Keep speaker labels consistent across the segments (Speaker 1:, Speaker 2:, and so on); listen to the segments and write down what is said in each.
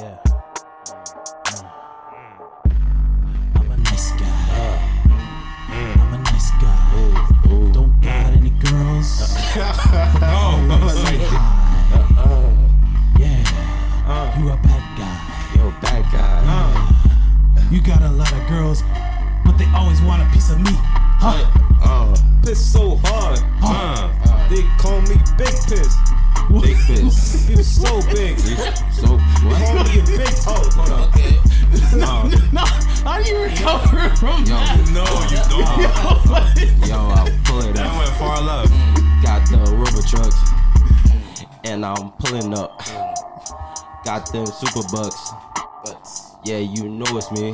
Speaker 1: Yeah. Mm. I'm a nice guy. I'm a nice guy. Don't got any girls. Always say hi. Yeah. You a bad guy.
Speaker 2: Yo, bad guy.
Speaker 1: You got a lot of girls, but they always want a piece of me. Huh?
Speaker 2: Oh,
Speaker 3: Piss so hard. Uh, they call me Big Piss.
Speaker 2: big fist.
Speaker 3: You so big.
Speaker 2: So
Speaker 3: Call
Speaker 2: what?
Speaker 3: me a big hoe. Hold on.
Speaker 1: No, how do you recover from
Speaker 2: Yo,
Speaker 1: that?
Speaker 4: No, you don't.
Speaker 2: yo, I pull it
Speaker 4: I
Speaker 2: up.
Speaker 4: went far left.
Speaker 2: Got the rubber truck, and I'm pulling up. Got them super bucks. Yeah, you know it's me.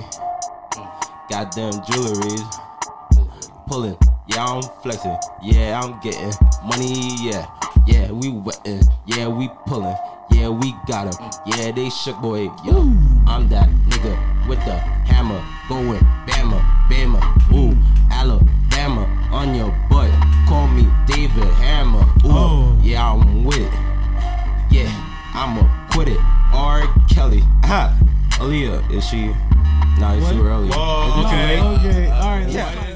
Speaker 2: Got them jewelries. Pulling, yeah, I'm flexing. Yeah, I'm getting money. Yeah, yeah, we wetting. Yeah, we pulling. Yeah, we got 'em. Yeah, they shook boy. Yo, I'm that nigga with the hammer. Going Bama, Bama. Ooh, Alabama on your butt. Call me David Hammer. Ooh,
Speaker 1: Oh.
Speaker 2: yeah, I'm with it. Yeah, I'ma quit it. R. Kelly. Ah, Aaliyah, is she? Nah, it's
Speaker 1: What?
Speaker 2: too early.
Speaker 4: Whoa, okay.
Speaker 1: Okay, all right.
Speaker 2: Yeah.